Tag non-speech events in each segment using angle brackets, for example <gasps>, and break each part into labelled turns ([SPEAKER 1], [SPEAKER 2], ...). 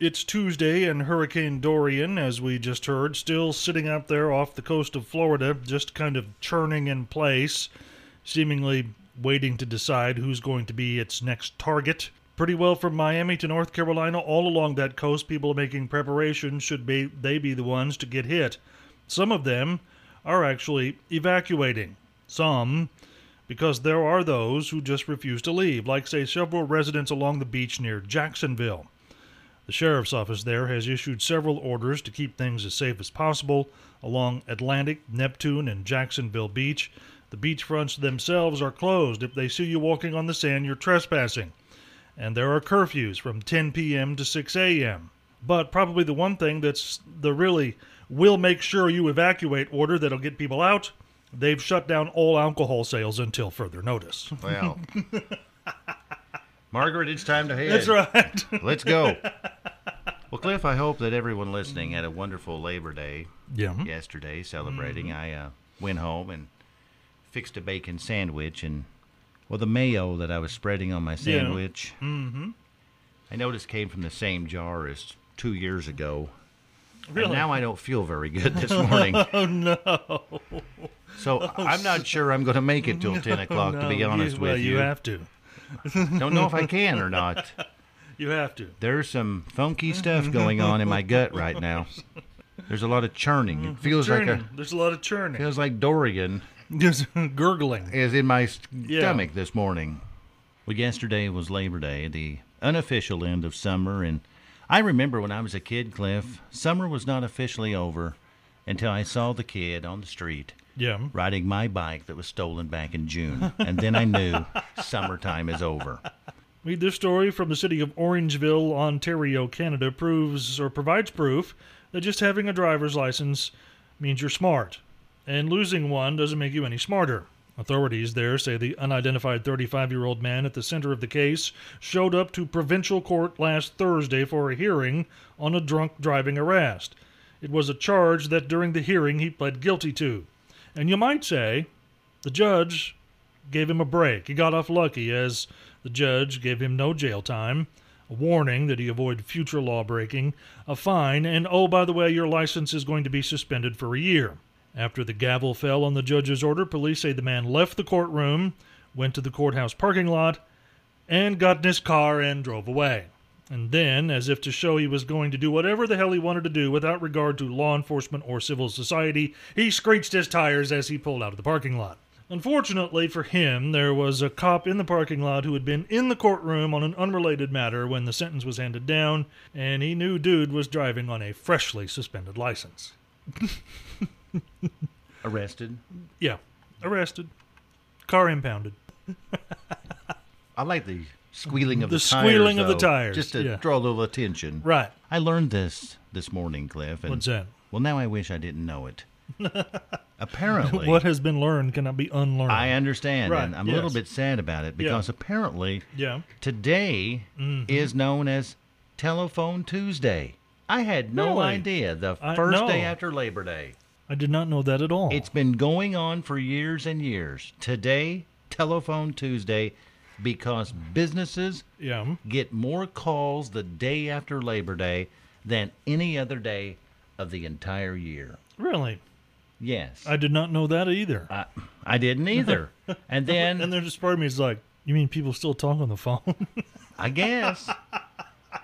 [SPEAKER 1] It's Tuesday, and Hurricane Dorian, as we just heard, still sitting out there off the coast of Florida, just kind of churning in place, seemingly waiting to decide who's going to be its next target. Pretty well from Miami to North Carolina, all along that coast, people are making preparations should be they be the ones to get hit. Some of them are actually evacuating. Some because there are those who just refuse to leave, like say several residents along the beach near Jacksonville. The sheriff's office there has issued several orders to keep things as safe as possible along Atlantic, Neptune, and Jacksonville Beach. The beach fronts themselves are closed. If they see you walking on the sand, you're trespassing. And there are curfews from 10 p.m. to 6 a.m. But probably the one thing that's the really will make sure you evacuate order that'll get people out, they've shut down all alcohol sales until further notice. <laughs>
[SPEAKER 2] Well, Margaret, it's time to head.
[SPEAKER 1] <laughs> That's right.
[SPEAKER 2] Let's
[SPEAKER 1] <laughs>
[SPEAKER 2] go. Well, Cliff, I hope that everyone listening had a wonderful Labor Day
[SPEAKER 1] yeah.
[SPEAKER 2] yesterday celebrating.
[SPEAKER 1] Mm-hmm.
[SPEAKER 2] I uh, went home and fixed a bacon sandwich and, well, the mayo that I was spreading on my sandwich,
[SPEAKER 1] Mm-hmm.
[SPEAKER 2] I noticed came from the same jar as two years ago.
[SPEAKER 1] Really?
[SPEAKER 2] And now I don't feel very
[SPEAKER 1] <laughs>
[SPEAKER 2] good this morning.
[SPEAKER 1] oh no. Oh,
[SPEAKER 2] So I'm not sure I'm going to make it
[SPEAKER 1] <laughs>
[SPEAKER 2] till 10 o'clock, to be
[SPEAKER 1] No,
[SPEAKER 2] honest
[SPEAKER 1] you,
[SPEAKER 2] with
[SPEAKER 1] well,
[SPEAKER 2] you.
[SPEAKER 1] you have to.
[SPEAKER 2] Don't know if
[SPEAKER 1] <laughs>
[SPEAKER 2] I can or not.
[SPEAKER 1] You have to.
[SPEAKER 2] There's some funky stuff going on in my gut right
[SPEAKER 1] <laughs>
[SPEAKER 2] now. There's a lot of churning. It feels like
[SPEAKER 1] Mm-hmm. Churning.
[SPEAKER 2] a
[SPEAKER 1] There's a lot of churning.
[SPEAKER 2] feels like Dorian
[SPEAKER 1] There's <laughs> gurgling.
[SPEAKER 2] is in my stomach this morning. Well, yesterday was Labor Day, the unofficial end of summer, and I remember when I was a kid, Cliff, summer was not officially over until I saw the kid on the street
[SPEAKER 1] Yeah.
[SPEAKER 2] riding my bike that was stolen back in <laughs> June, and then I knew summertime is over.
[SPEAKER 1] Read this story from the city of Orangeville, Ontario, Canada, proves or provides proof that just having a driver's license means you're smart, and losing one doesn't make you any smarter. Authorities there say the unidentified 35 year old man at the center of the case showed up to provincial court last Thursday for a hearing on a drunk driving arrest. It was a charge that during the hearing he pled guilty to. And you might say the judge gave him a break. He got off lucky as the judge gave him no jail time, a warning that he avoid future lawbreaking, a fine, and oh, by the way, your license is going to be suspended for a year. After the gavel fell on the judge's order, police say the man left the courtroom, went to the courthouse parking lot, and got in his car and drove away. And then, as if to show he was going to do whatever the hell he wanted to do without regard to law enforcement or civil society, he screeched his tires as he pulled out of the parking lot. Unfortunately for him, there was a cop in the parking lot who had been in the courtroom on an unrelated matter when the sentence was handed down, and he knew Dude was driving on a freshly suspended license.
[SPEAKER 2] Arrested.
[SPEAKER 1] Yeah, arrested, car impounded.
[SPEAKER 2] I like the squealing of the,
[SPEAKER 1] The
[SPEAKER 2] tires,
[SPEAKER 1] squealing of the
[SPEAKER 2] though,
[SPEAKER 1] tires,
[SPEAKER 2] just to
[SPEAKER 1] yeah.
[SPEAKER 2] draw a little attention.
[SPEAKER 1] Right.
[SPEAKER 2] I learned this this morning, Cliff. And,
[SPEAKER 1] What's that?
[SPEAKER 2] Well, now I wish I didn't know
[SPEAKER 1] <laughs>
[SPEAKER 2] it. apparently,
[SPEAKER 1] What has been learned cannot be unlearned.
[SPEAKER 2] I understand,
[SPEAKER 1] Right,
[SPEAKER 2] and I'm a little
[SPEAKER 1] yes.
[SPEAKER 2] bit sad about it because apparently
[SPEAKER 1] yeah.
[SPEAKER 2] today
[SPEAKER 1] Mm-hmm.
[SPEAKER 2] is known as Telephone Tuesday. I had no
[SPEAKER 1] Really?
[SPEAKER 2] idea. The
[SPEAKER 1] I-
[SPEAKER 2] first
[SPEAKER 1] no.
[SPEAKER 2] day after Labor Day.
[SPEAKER 1] I did not know that at all.
[SPEAKER 2] It's been going on for years and years. Today, Telephone Tuesday, because businesses
[SPEAKER 1] yeah.
[SPEAKER 2] get more calls the day after Labor Day than any other day of the entire year.
[SPEAKER 1] Really?
[SPEAKER 2] Yes.
[SPEAKER 1] I did not know that either.
[SPEAKER 2] I, I didn't
[SPEAKER 1] <laughs>
[SPEAKER 2] either. And
[SPEAKER 1] and
[SPEAKER 2] then,
[SPEAKER 1] there's just part of me is like, you mean people still talk on the phone? <laughs>
[SPEAKER 2] I guess.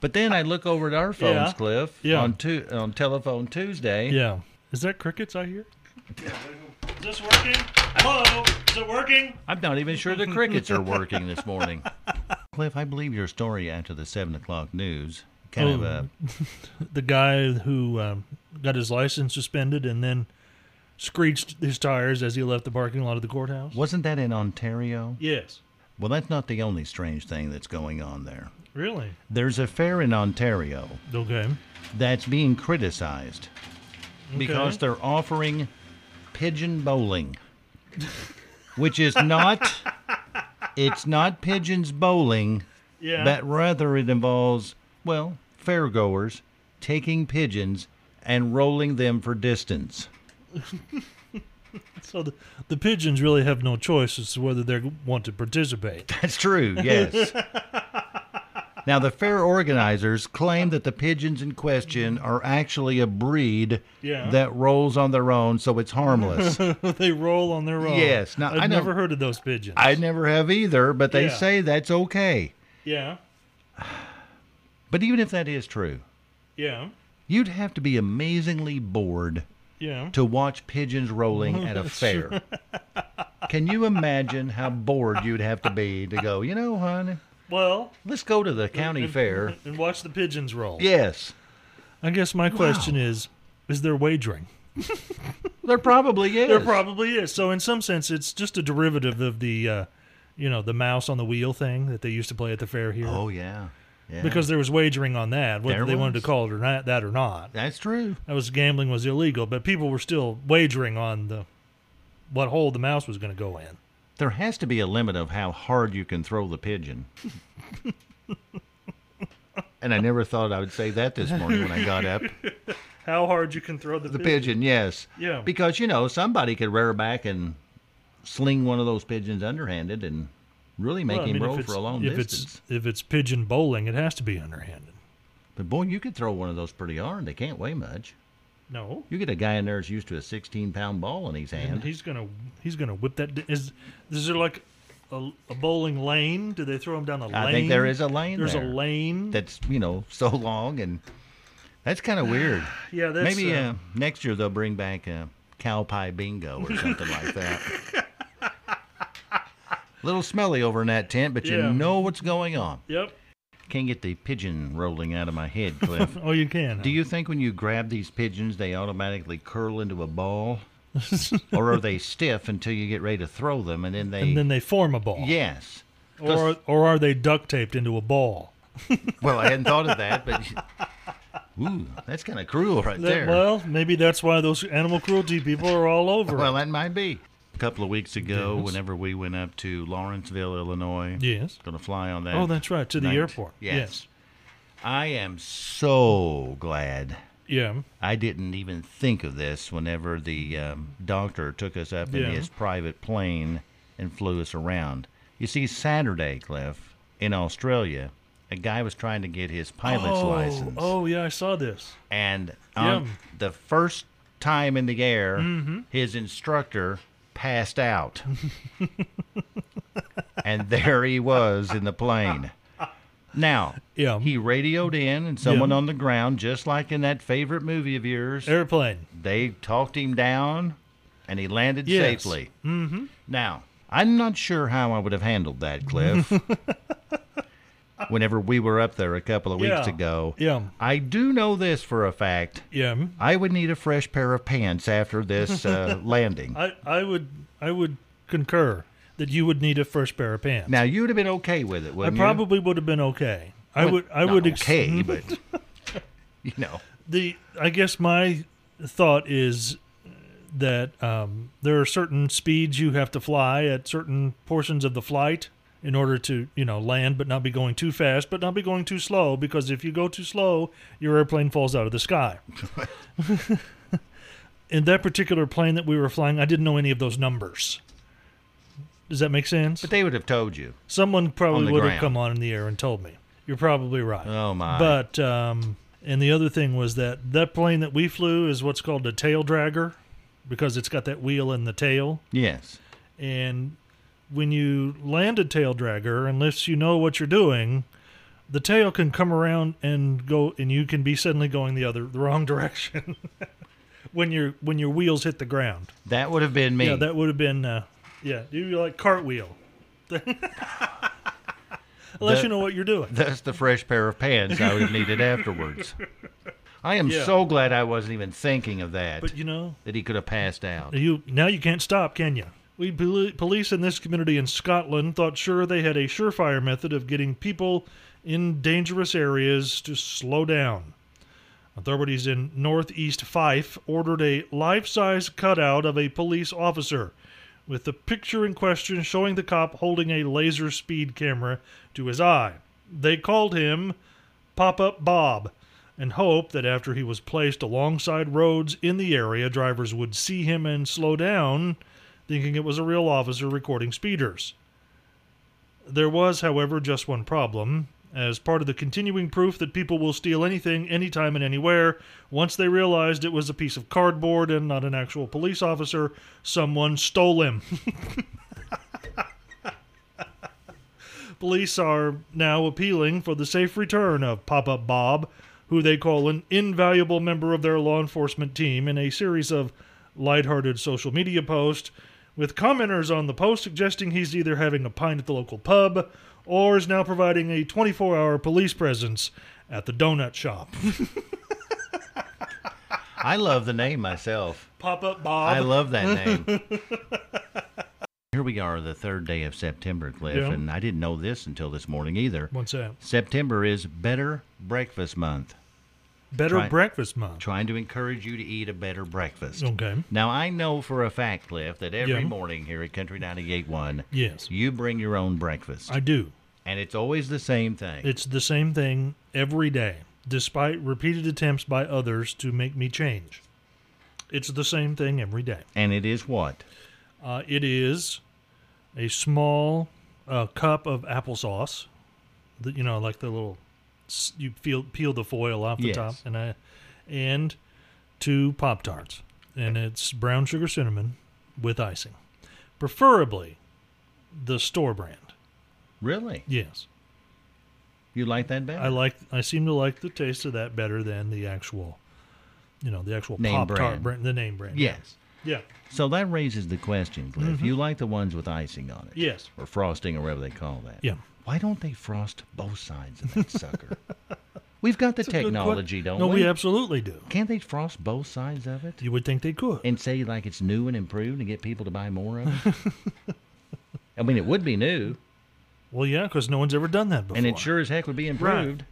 [SPEAKER 2] But then I look over at our phones,
[SPEAKER 1] <laughs> Yeah.
[SPEAKER 2] Cliff,
[SPEAKER 1] Yeah.
[SPEAKER 2] on tu- on Telephone Tuesday.
[SPEAKER 1] yeah. Is that crickets I hear? is this working? Hello? Is it working?
[SPEAKER 2] I'm not even sure the crickets are working this
[SPEAKER 1] <laughs>
[SPEAKER 2] morning. Cliff, I believe your story after the 7 o'clock news kind of
[SPEAKER 1] Oh.
[SPEAKER 2] uh,
[SPEAKER 1] The guy who um, got his license suspended and then screeched his tires as he left the parking lot of the courthouse?
[SPEAKER 2] wasn't that in Ontario?
[SPEAKER 1] Yes.
[SPEAKER 2] Well, that's not the only strange thing that's going on there.
[SPEAKER 1] Really?
[SPEAKER 2] There's a fair in Ontario
[SPEAKER 1] Okay.
[SPEAKER 2] that's being criticized because they're offering pigeon bowling, which is
[SPEAKER 1] <laughs>
[SPEAKER 2] not. It's not pigeons bowling,
[SPEAKER 1] Yeah.
[SPEAKER 2] but rather it involves well fairgoers taking pigeons and rolling them for distance. <laughs>
[SPEAKER 1] so the, the pigeons really have no choice as to whether they want to participate.
[SPEAKER 2] That's true,
[SPEAKER 1] <laughs>
[SPEAKER 2] yes. now, the fair organizers claim that the pigeons in question are actually a breed
[SPEAKER 1] Yeah.
[SPEAKER 2] that rolls on their own, so it's harmless.
[SPEAKER 1] <laughs> they roll on their own.
[SPEAKER 2] Yes, now,
[SPEAKER 1] I've
[SPEAKER 2] I know-
[SPEAKER 1] never heard of those pigeons.
[SPEAKER 2] I never have either, but they
[SPEAKER 1] Yeah.
[SPEAKER 2] say that's okay.
[SPEAKER 1] yeah.
[SPEAKER 2] But even if that is true,
[SPEAKER 1] Yeah.
[SPEAKER 2] you'd have to be amazingly bored
[SPEAKER 1] Yeah.
[SPEAKER 2] to watch pigeons rolling at a fair. <laughs> Can you imagine how bored you'd have to be to go, you know, honey,
[SPEAKER 1] Well,
[SPEAKER 2] let's go to the
[SPEAKER 1] <laughs>
[SPEAKER 2] county
[SPEAKER 1] and-
[SPEAKER 2] fair?
[SPEAKER 1] and watch the pigeons roll.
[SPEAKER 2] Yes.
[SPEAKER 1] I guess my question is: Is there wagering?
[SPEAKER 2] There probably is.
[SPEAKER 1] There probably is. So in some sense, it's just a derivative of the, uh, you know, the mouse on the wheel thing that they used to play at the fair here.
[SPEAKER 2] Oh yeah, yeah.
[SPEAKER 1] Because there was wagering on that, whether
[SPEAKER 2] There
[SPEAKER 1] they wanted to
[SPEAKER 2] was.
[SPEAKER 1] call it or not, that or not.
[SPEAKER 2] that's true.
[SPEAKER 1] That was gambling was illegal, but people were still wagering on the what hole the mouse was going to go in.
[SPEAKER 2] There has to be a limit of how hard you can throw the
[SPEAKER 1] <laughs>
[SPEAKER 2] pigeon. and I never thought I would say that this morning when I got up.
[SPEAKER 1] How hard you can throw the,
[SPEAKER 2] The pigeon, yes.
[SPEAKER 1] Yeah.
[SPEAKER 2] Because you know somebody could rear back and sling one of those pigeons underhanded and really make
[SPEAKER 1] Well, I mean,
[SPEAKER 2] him
[SPEAKER 1] if
[SPEAKER 2] roll for
[SPEAKER 1] it's-
[SPEAKER 2] a long
[SPEAKER 1] if
[SPEAKER 2] distance.
[SPEAKER 1] It's, if it's pigeon bowling, it has to be underhanded.
[SPEAKER 2] But boy, you could throw one of those pretty hard. They can't weigh much.
[SPEAKER 1] No,
[SPEAKER 2] You get a guy in there that's used to a 16-pound ball in his
[SPEAKER 1] and
[SPEAKER 2] hand.
[SPEAKER 1] he's gonna he's gonna whip that. di- Is is there like a, a bowling lane? Do they throw him down a lane?
[SPEAKER 2] I think there is a lane
[SPEAKER 1] There's
[SPEAKER 2] there.
[SPEAKER 1] a lane.
[SPEAKER 2] that's you know so long and that's kind of weird
[SPEAKER 1] <sighs> yeah, that's
[SPEAKER 2] maybe
[SPEAKER 1] uh,
[SPEAKER 2] uh, next year they'll bring back a cow pie bingo or something like
[SPEAKER 1] <laughs>
[SPEAKER 2] that little smelly over in that tent but you
[SPEAKER 1] Yeah.
[SPEAKER 2] know what's going on
[SPEAKER 1] Yep.
[SPEAKER 2] can't get the pigeon rolling out of my head
[SPEAKER 1] <laughs>
[SPEAKER 2] cliff
[SPEAKER 1] Oh, you can.
[SPEAKER 2] do you think when you grab these pigeons they automatically curl into a ball
[SPEAKER 1] <laughs>
[SPEAKER 2] or are they stiff until you get ready to throw them and then they
[SPEAKER 1] and then they form a ball.
[SPEAKER 2] yes
[SPEAKER 1] Or or are they duct taped into a ball?
[SPEAKER 2] well i hadn't thought of that but ooh that's kind of cruel right
[SPEAKER 1] That-
[SPEAKER 2] there
[SPEAKER 1] well, maybe that's why those animal cruelty people are all over.
[SPEAKER 2] Well,
[SPEAKER 1] it.
[SPEAKER 2] that might be. A couple of weeks ago,
[SPEAKER 1] Yes.
[SPEAKER 2] whenever we went up to Lawrenceville, Illinois,
[SPEAKER 1] Yes.
[SPEAKER 2] going to fly on that.
[SPEAKER 1] Oh, that's right. To the
[SPEAKER 2] night.
[SPEAKER 1] airport.
[SPEAKER 2] Yes. I am so glad
[SPEAKER 1] yes. Yeah.
[SPEAKER 2] I didn't even think of this whenever the um, doctor took us up
[SPEAKER 1] Yeah.
[SPEAKER 2] in his private plane and flew us around. You see, Saturday, Cliff, in Australia, a guy was trying to get his pilot's
[SPEAKER 1] oh,
[SPEAKER 2] license.
[SPEAKER 1] Oh, yeah, I saw this.
[SPEAKER 2] And on
[SPEAKER 1] Yum. Mm-hmm.
[SPEAKER 2] the first time in the air, his instructor passed out. <laughs> and there he was in the plane. Now,
[SPEAKER 1] Yum.
[SPEAKER 2] he radioed in, and someone
[SPEAKER 1] Yum.
[SPEAKER 2] on the ground, just like in that favorite movie of yours,
[SPEAKER 1] Airplane.
[SPEAKER 2] they talked him down and he landed
[SPEAKER 1] Yes.
[SPEAKER 2] safely. Mm-hmm. Now, I'm not sure how I would have handled that,
[SPEAKER 1] <laughs>
[SPEAKER 2] Cliff. Whenever we were up there a couple of weeks
[SPEAKER 1] Yeah.
[SPEAKER 2] ago,
[SPEAKER 1] Yum.
[SPEAKER 2] I do know this for a fact.
[SPEAKER 1] Yum.
[SPEAKER 2] I would need a fresh pair of pants after this
[SPEAKER 1] <laughs>
[SPEAKER 2] uh, landing.
[SPEAKER 1] I, I would I would concur that you would need a first pair of pants.
[SPEAKER 2] Now you'd have been okay with it,
[SPEAKER 1] I
[SPEAKER 2] wouldn't you?
[SPEAKER 1] probably would have been okay. I would I
[SPEAKER 2] Not
[SPEAKER 1] would ex-
[SPEAKER 2] okay, but <laughs> you know,
[SPEAKER 1] the I guess my thought is that um, there are certain speeds you have to fly at certain portions of the flight in order to you know land, but not be going too fast, but not be going too slow because if you go too slow, your airplane falls out of the sky. in that particular plane that we were flying, I didn't know any of those numbers. Does that make sense?
[SPEAKER 2] but they would have told you.
[SPEAKER 1] Someone
[SPEAKER 2] On
[SPEAKER 1] probably
[SPEAKER 2] the
[SPEAKER 1] would have
[SPEAKER 2] ground.
[SPEAKER 1] come on in the air and told me. You're probably right.
[SPEAKER 2] Oh my!
[SPEAKER 1] But um, and the other thing was that that plane that we flew is what's called a tail dragger because it's got that wheel in the tail.
[SPEAKER 2] yes,
[SPEAKER 1] And when you land a tail dragger, unless you know what you're doing, the tail can come around and go, and you can be suddenly going the other the wrong <laughs> direction when your when your wheels hit the ground.
[SPEAKER 2] that would have been me.
[SPEAKER 1] Yeah, that would have been uh, yeah, you'd be like cartwheel. <laughs> Unless
[SPEAKER 2] The-
[SPEAKER 1] you know what you're doing.
[SPEAKER 2] That's the fresh pair of pants I would have needed afterwards. I am
[SPEAKER 1] Yeah.
[SPEAKER 2] so glad I wasn't even thinking of that.
[SPEAKER 1] But you know,
[SPEAKER 2] that he could have passed out.
[SPEAKER 1] You now you can't stop, can you? We poli- police in this community in Scotland thought sure they had a surefire method of getting people in dangerous areas to slow down. Authorities in northeast Fife ordered a life size cutout of a police officer, with the picture in question showing the cop holding a laser speed camera to his eye. They called him Pop Up Bob and hoped that after he was placed alongside roads in the area, drivers would see him and slow down, thinking it was a real officer recording speeders. There was, however, just one problem. As part of the continuing proof that people will steal anything, anytime, and anywhere, once they realized it was a piece of cardboard and not an actual police officer, someone stole him. Police are now appealing for the safe return of Pop Up Bob, who they call an invaluable member of their law enforcement team, in a series of lighthearted social media posts, with commenters on the post suggesting he's either having a pint at the local pub or is now providing a 24 hour police presence at the donut shop. <laughs>
[SPEAKER 2] I love the name myself.
[SPEAKER 1] Pop Up Bob.
[SPEAKER 2] I love that name.
[SPEAKER 1] <laughs>
[SPEAKER 2] Here we are, the third day of September, Cliff,
[SPEAKER 1] Yeah.
[SPEAKER 2] and I didn't know this until this morning either.
[SPEAKER 1] What's that?
[SPEAKER 2] September is Better Breakfast Month,
[SPEAKER 1] Better
[SPEAKER 2] Try-
[SPEAKER 1] breakfast month.
[SPEAKER 2] trying to encourage you to eat a better breakfast.
[SPEAKER 1] Okay.
[SPEAKER 2] Now, I know for a fact, Cliff, that every
[SPEAKER 1] Oh. Yeah.
[SPEAKER 2] morning here at Country 98.1,
[SPEAKER 1] Yes.
[SPEAKER 2] you bring your own breakfast,
[SPEAKER 1] I do.
[SPEAKER 2] and it's always the same thing.
[SPEAKER 1] It's the same thing every day, despite repeated attempts by others to make me change. It's the same thing every day.
[SPEAKER 2] and it is what?
[SPEAKER 1] Uh, it is a small uh, cup of applesauce. That you know, like the little s- you peel peel the foil off the
[SPEAKER 2] Yes.
[SPEAKER 1] top, and I and two pop tarts, and it's brown sugar cinnamon with icing, preferably the store brand.
[SPEAKER 2] Really?
[SPEAKER 1] Yes,
[SPEAKER 2] You like that better?
[SPEAKER 1] I like. I seem to like the taste of that better than the actual, you know, the actual
[SPEAKER 2] Name
[SPEAKER 1] pop
[SPEAKER 2] brand.
[SPEAKER 1] tart brand, the name brand.
[SPEAKER 2] yes.
[SPEAKER 1] Yeah.
[SPEAKER 2] So that raises the question, Cliff. You like the ones with icing on it?
[SPEAKER 1] Mm-hmm. Yes.
[SPEAKER 2] Or frosting or whatever they call that.
[SPEAKER 1] Yeah.
[SPEAKER 2] Why don't they frost both sides of that
[SPEAKER 1] <laughs>
[SPEAKER 2] sucker? We've got the
[SPEAKER 1] Good que-
[SPEAKER 2] technology, don't
[SPEAKER 1] no,
[SPEAKER 2] we?
[SPEAKER 1] we absolutely do.
[SPEAKER 2] Can't they frost both sides of it
[SPEAKER 1] You would think they could.
[SPEAKER 2] and say like it's new and improved and get people to buy more of it?
[SPEAKER 1] <laughs>
[SPEAKER 2] I mean, it would be new,
[SPEAKER 1] Well, yeah, because no one's ever done that before.
[SPEAKER 2] and it sure as heck would be improved.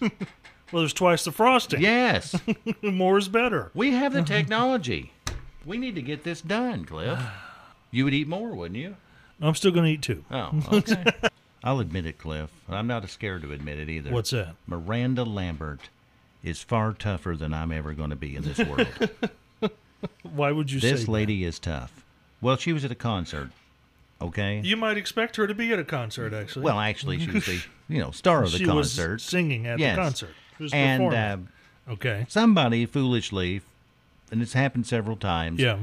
[SPEAKER 1] well, there's twice the frosting.
[SPEAKER 2] Yes,
[SPEAKER 1] <laughs> more is better.
[SPEAKER 2] we have
[SPEAKER 1] <laughs> Mm-hmm.
[SPEAKER 2] the technology. We need to get this done,
[SPEAKER 1] <sighs>
[SPEAKER 2] Cliff. You would eat more, wouldn't you?
[SPEAKER 1] I'm still gonna eat two. <laughs>
[SPEAKER 2] Oh, okay. I'll admit it, Cliff. I'm not scared to admit it either.
[SPEAKER 1] What's that?
[SPEAKER 2] Miranda Lambert is far tougher than I'm ever going to be in
[SPEAKER 1] <laughs>
[SPEAKER 2] this world.
[SPEAKER 1] Why would you say
[SPEAKER 2] this
[SPEAKER 1] that?
[SPEAKER 2] lady is tough. Well, she was at a concert, okay?
[SPEAKER 1] You might expect her to be at a concert, actually.
[SPEAKER 2] well, actually, she was
[SPEAKER 1] <laughs>
[SPEAKER 2] the you know star of the
[SPEAKER 1] she
[SPEAKER 2] concert.
[SPEAKER 1] was singing at
[SPEAKER 2] Yes.
[SPEAKER 1] the concert. She was
[SPEAKER 2] and uh,
[SPEAKER 1] performing. okay,
[SPEAKER 2] somebody foolishly, and it's happened several times,
[SPEAKER 1] yeah.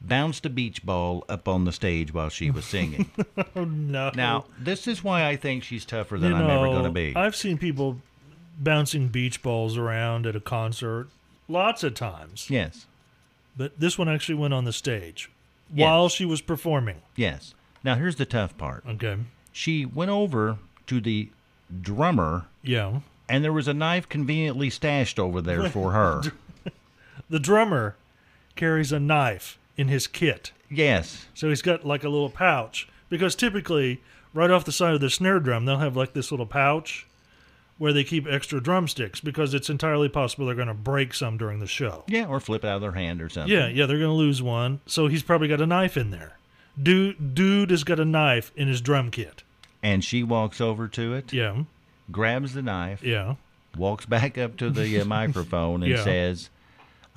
[SPEAKER 2] bounced a beach ball up on the stage while she was
[SPEAKER 1] <laughs>
[SPEAKER 2] singing.
[SPEAKER 1] Oh no.
[SPEAKER 2] now, this is why I think she's tougher
[SPEAKER 1] you
[SPEAKER 2] than I'm ever going to
[SPEAKER 1] know,
[SPEAKER 2] be.
[SPEAKER 1] I've seen people bouncing beach balls around at a concert lots of times,
[SPEAKER 2] yes,
[SPEAKER 1] but this one actually went on the stage
[SPEAKER 2] Yes.
[SPEAKER 1] while she was performing.
[SPEAKER 2] yes. Now, here's the tough part.
[SPEAKER 1] Okay,
[SPEAKER 2] She went over to the drummer
[SPEAKER 1] yeah.
[SPEAKER 2] and there was a knife conveniently stashed over
[SPEAKER 1] <laughs>
[SPEAKER 2] there for her.
[SPEAKER 1] The drummer carries a knife in his kit.
[SPEAKER 2] yes,
[SPEAKER 1] So he's got like a little pouch because typically, right off the side of the snare drum, they'll have like this little pouch where they keep extra drumsticks because it's entirely possible they're going to break some during the show.
[SPEAKER 2] yeah, or flip it out of their hand or something.
[SPEAKER 1] Yeah, yeah, they're going to lose one. So he's probably got a knife in there. Dude, dude has got a knife in his drum kit.
[SPEAKER 2] And she walks over to it,
[SPEAKER 1] Yeah,
[SPEAKER 2] grabs the knife,
[SPEAKER 1] yeah.
[SPEAKER 2] walks back up to the
[SPEAKER 1] <laughs>
[SPEAKER 2] uh, microphone, and
[SPEAKER 1] Yeah.
[SPEAKER 2] says,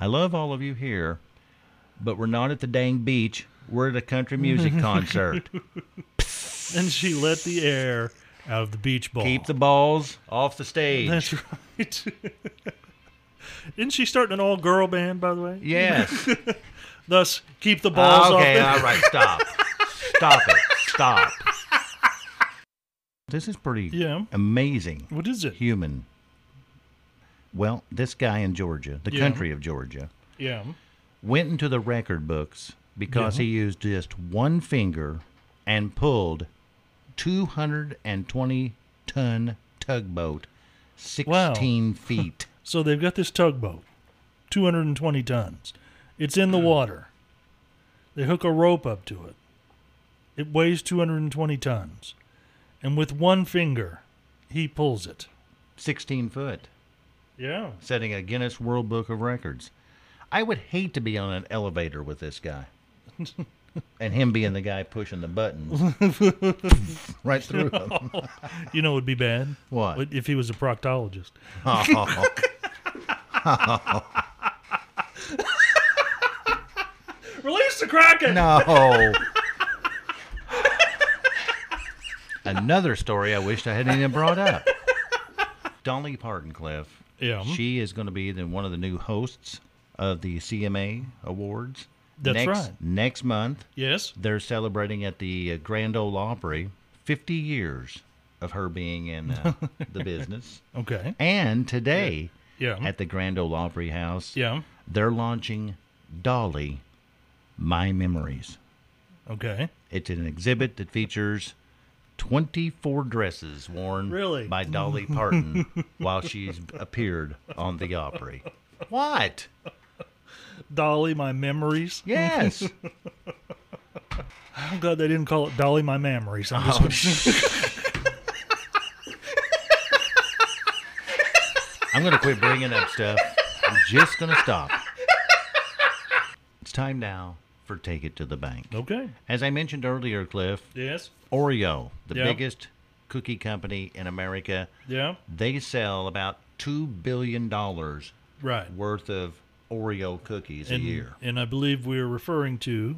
[SPEAKER 2] "I love all of you here, but we're not at the dang beach. We're at a country
[SPEAKER 1] <laughs>
[SPEAKER 2] music concert.
[SPEAKER 1] And she let the air out of the beach ball.
[SPEAKER 2] Keep the balls off the stage."
[SPEAKER 1] That's right. <laughs> Isn't she starting an all girl band, by the way?
[SPEAKER 2] yes.
[SPEAKER 1] Thus, keep the <laughs> balls off
[SPEAKER 2] Ah, okay.
[SPEAKER 1] the
[SPEAKER 2] all right. Stop. stop it. Stop. This is pretty
[SPEAKER 1] Yeah.
[SPEAKER 2] amazing.
[SPEAKER 1] <laughs> What is it?
[SPEAKER 2] human. Well, this guy in Georgia, the
[SPEAKER 1] Yeah.
[SPEAKER 2] country of Georgia,
[SPEAKER 1] Yeah.
[SPEAKER 2] went into the record books because
[SPEAKER 1] Yeah.
[SPEAKER 2] he used just one finger and pulled 220 ton tugboat 16 feet.
[SPEAKER 1] So they've Hmm. got this tugboat, 220 tons. It's in the water. They hook a rope up to it. It weighs 220 tons. And with one finger, he pulls it.
[SPEAKER 2] 16 foot,
[SPEAKER 1] Yeah.
[SPEAKER 2] setting a Guinness World Book of Records. I would hate to be on an elevator with this guy. <laughs> and him being the guy pushing the
[SPEAKER 1] <laughs>
[SPEAKER 2] button right through him.
[SPEAKER 1] You know it would be bad?
[SPEAKER 2] What?
[SPEAKER 1] But If he was a proctologist. <laughs> Release the Kraken!
[SPEAKER 2] No. Another story I wished I hadn't even brought up. Dolly Partoncliffe.
[SPEAKER 1] Yeah.
[SPEAKER 2] She is going to be the, one of the new hosts of the CMA Awards.
[SPEAKER 1] That's
[SPEAKER 2] next,
[SPEAKER 1] right.
[SPEAKER 2] Next month,
[SPEAKER 1] Yes.
[SPEAKER 2] they're celebrating at the uh, Grand Ole Opry 50 years of her being in
[SPEAKER 1] <laughs>
[SPEAKER 2] uh, the business.
[SPEAKER 1] Okay.
[SPEAKER 2] And today
[SPEAKER 1] Yeah. Mm-hmm.
[SPEAKER 2] at the Grand Ole Opry House,
[SPEAKER 1] yeah.
[SPEAKER 2] they're launching Dolly My Memories.
[SPEAKER 1] Okay.
[SPEAKER 2] It's an exhibit that features 24 dresses worn
[SPEAKER 1] Really?
[SPEAKER 2] by Dolly
[SPEAKER 1] <laughs>
[SPEAKER 2] Parton while she's appeared on the Opry. What?
[SPEAKER 1] Dolly, my memories.
[SPEAKER 2] Yes.
[SPEAKER 1] I'm glad they didn't call it Dolly, my memories. I'm
[SPEAKER 2] Oh,
[SPEAKER 1] just-
[SPEAKER 2] I'm going to quit bringing up stuff. I'm just going to stop. It's time now for Take It to the Bank.
[SPEAKER 1] <laughs> okay.
[SPEAKER 2] As I mentioned earlier, Cliff,
[SPEAKER 1] Yes.
[SPEAKER 2] Oreo, the
[SPEAKER 1] Yeah.
[SPEAKER 2] biggest cookie company in America,
[SPEAKER 1] Yeah.
[SPEAKER 2] they sell about $2 billion
[SPEAKER 1] Right.
[SPEAKER 2] worth of Oreo cookies
[SPEAKER 1] and,
[SPEAKER 2] a year.
[SPEAKER 1] And I believe we're referring to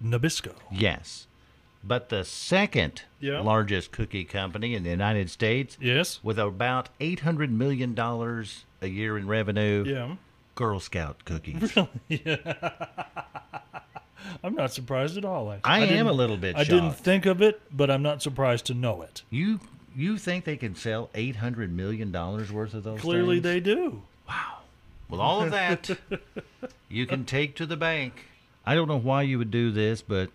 [SPEAKER 1] Nabisco.
[SPEAKER 2] Yes. But the second
[SPEAKER 1] Yeah.
[SPEAKER 2] largest cookie company in the United States,
[SPEAKER 1] Yes.
[SPEAKER 2] with about $800 million a year in revenue,
[SPEAKER 1] Yeah.
[SPEAKER 2] Girl Scout cookies.
[SPEAKER 1] I'm not surprised at all. Actually.
[SPEAKER 2] I, am
[SPEAKER 1] didn't-
[SPEAKER 2] a little bit
[SPEAKER 1] I
[SPEAKER 2] shocked.
[SPEAKER 1] didn't think of it, but I'm not surprised to know it.
[SPEAKER 2] you you think they can sell $800 million worth of those
[SPEAKER 1] Clearly,
[SPEAKER 2] things?
[SPEAKER 1] they do.
[SPEAKER 2] Well, all of
[SPEAKER 1] <laughs>
[SPEAKER 2] that you can take to the bank. I don't know why you would do this, but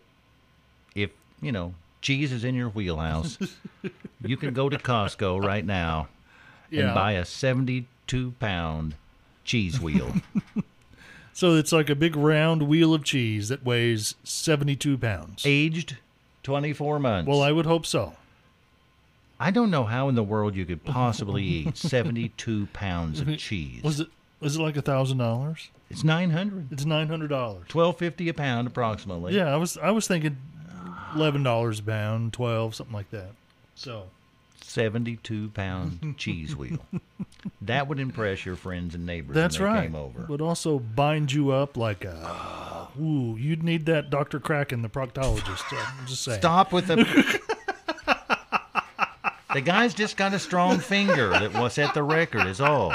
[SPEAKER 2] if, you know, cheese is in your wheelhouse,
[SPEAKER 1] <laughs>
[SPEAKER 2] you can go to Costco right now and buy a 72 pound cheese
[SPEAKER 1] <laughs>
[SPEAKER 2] wheel.
[SPEAKER 1] So it's like a big round wheel of cheese that weighs 72 pounds.
[SPEAKER 2] aged 24 months.
[SPEAKER 1] Well, I would hope so.
[SPEAKER 2] I don't know how in the world you could possibly eat 72 pounds of cheese.
[SPEAKER 1] <laughs> Was it? Was it like a thousand dollars?
[SPEAKER 2] It's 900.
[SPEAKER 1] It's nine hundred dollars.
[SPEAKER 2] 1250 a pound approximately.
[SPEAKER 1] Yeah, I was I was thinking eleven dollars a pound, twelve, something like that. So
[SPEAKER 2] 72
[SPEAKER 1] <laughs>
[SPEAKER 2] pound cheese wheel. That would impress your friends and neighbors
[SPEAKER 1] That's
[SPEAKER 2] when they
[SPEAKER 1] right.
[SPEAKER 2] came over.
[SPEAKER 1] Would also bind you up like a. Ooh, you'd need that Dr. Kraken, the proctologist. uh,
[SPEAKER 2] <gasps>
[SPEAKER 1] I'm just saying.
[SPEAKER 2] <laughs> Stop with the. <laughs> the guy's just got a strong finger that was at the record, is all.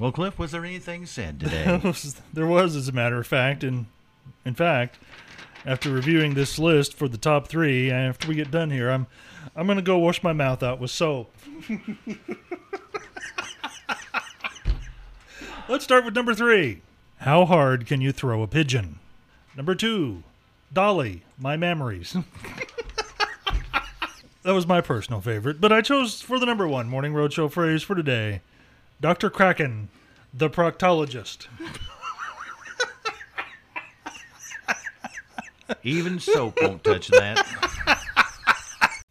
[SPEAKER 2] Well, Cliff, was there anything said
[SPEAKER 1] <laughs>
[SPEAKER 2] today?
[SPEAKER 1] there was, as a matter of fact, and in fact, after reviewing this list for the top three, after we get done here, I'm I'm gonna go wash my mouth out with soap. <laughs> Let's start with number three. How hard can you throw a pigeon? Number two, Dolly, my memories. <laughs> that was my personal favorite, but I chose for the number one morning roadshow phrase for today, Dr. Kraken, the proctologist.
[SPEAKER 2] Even soap won't touch that.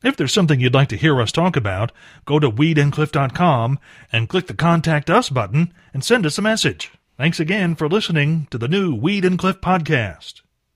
[SPEAKER 1] If there's something you'd like to hear us talk about, go to weedandcliff.com and click the Contact Us button and send us a message. Thanks again for listening to the new Weed and Cliff podcast.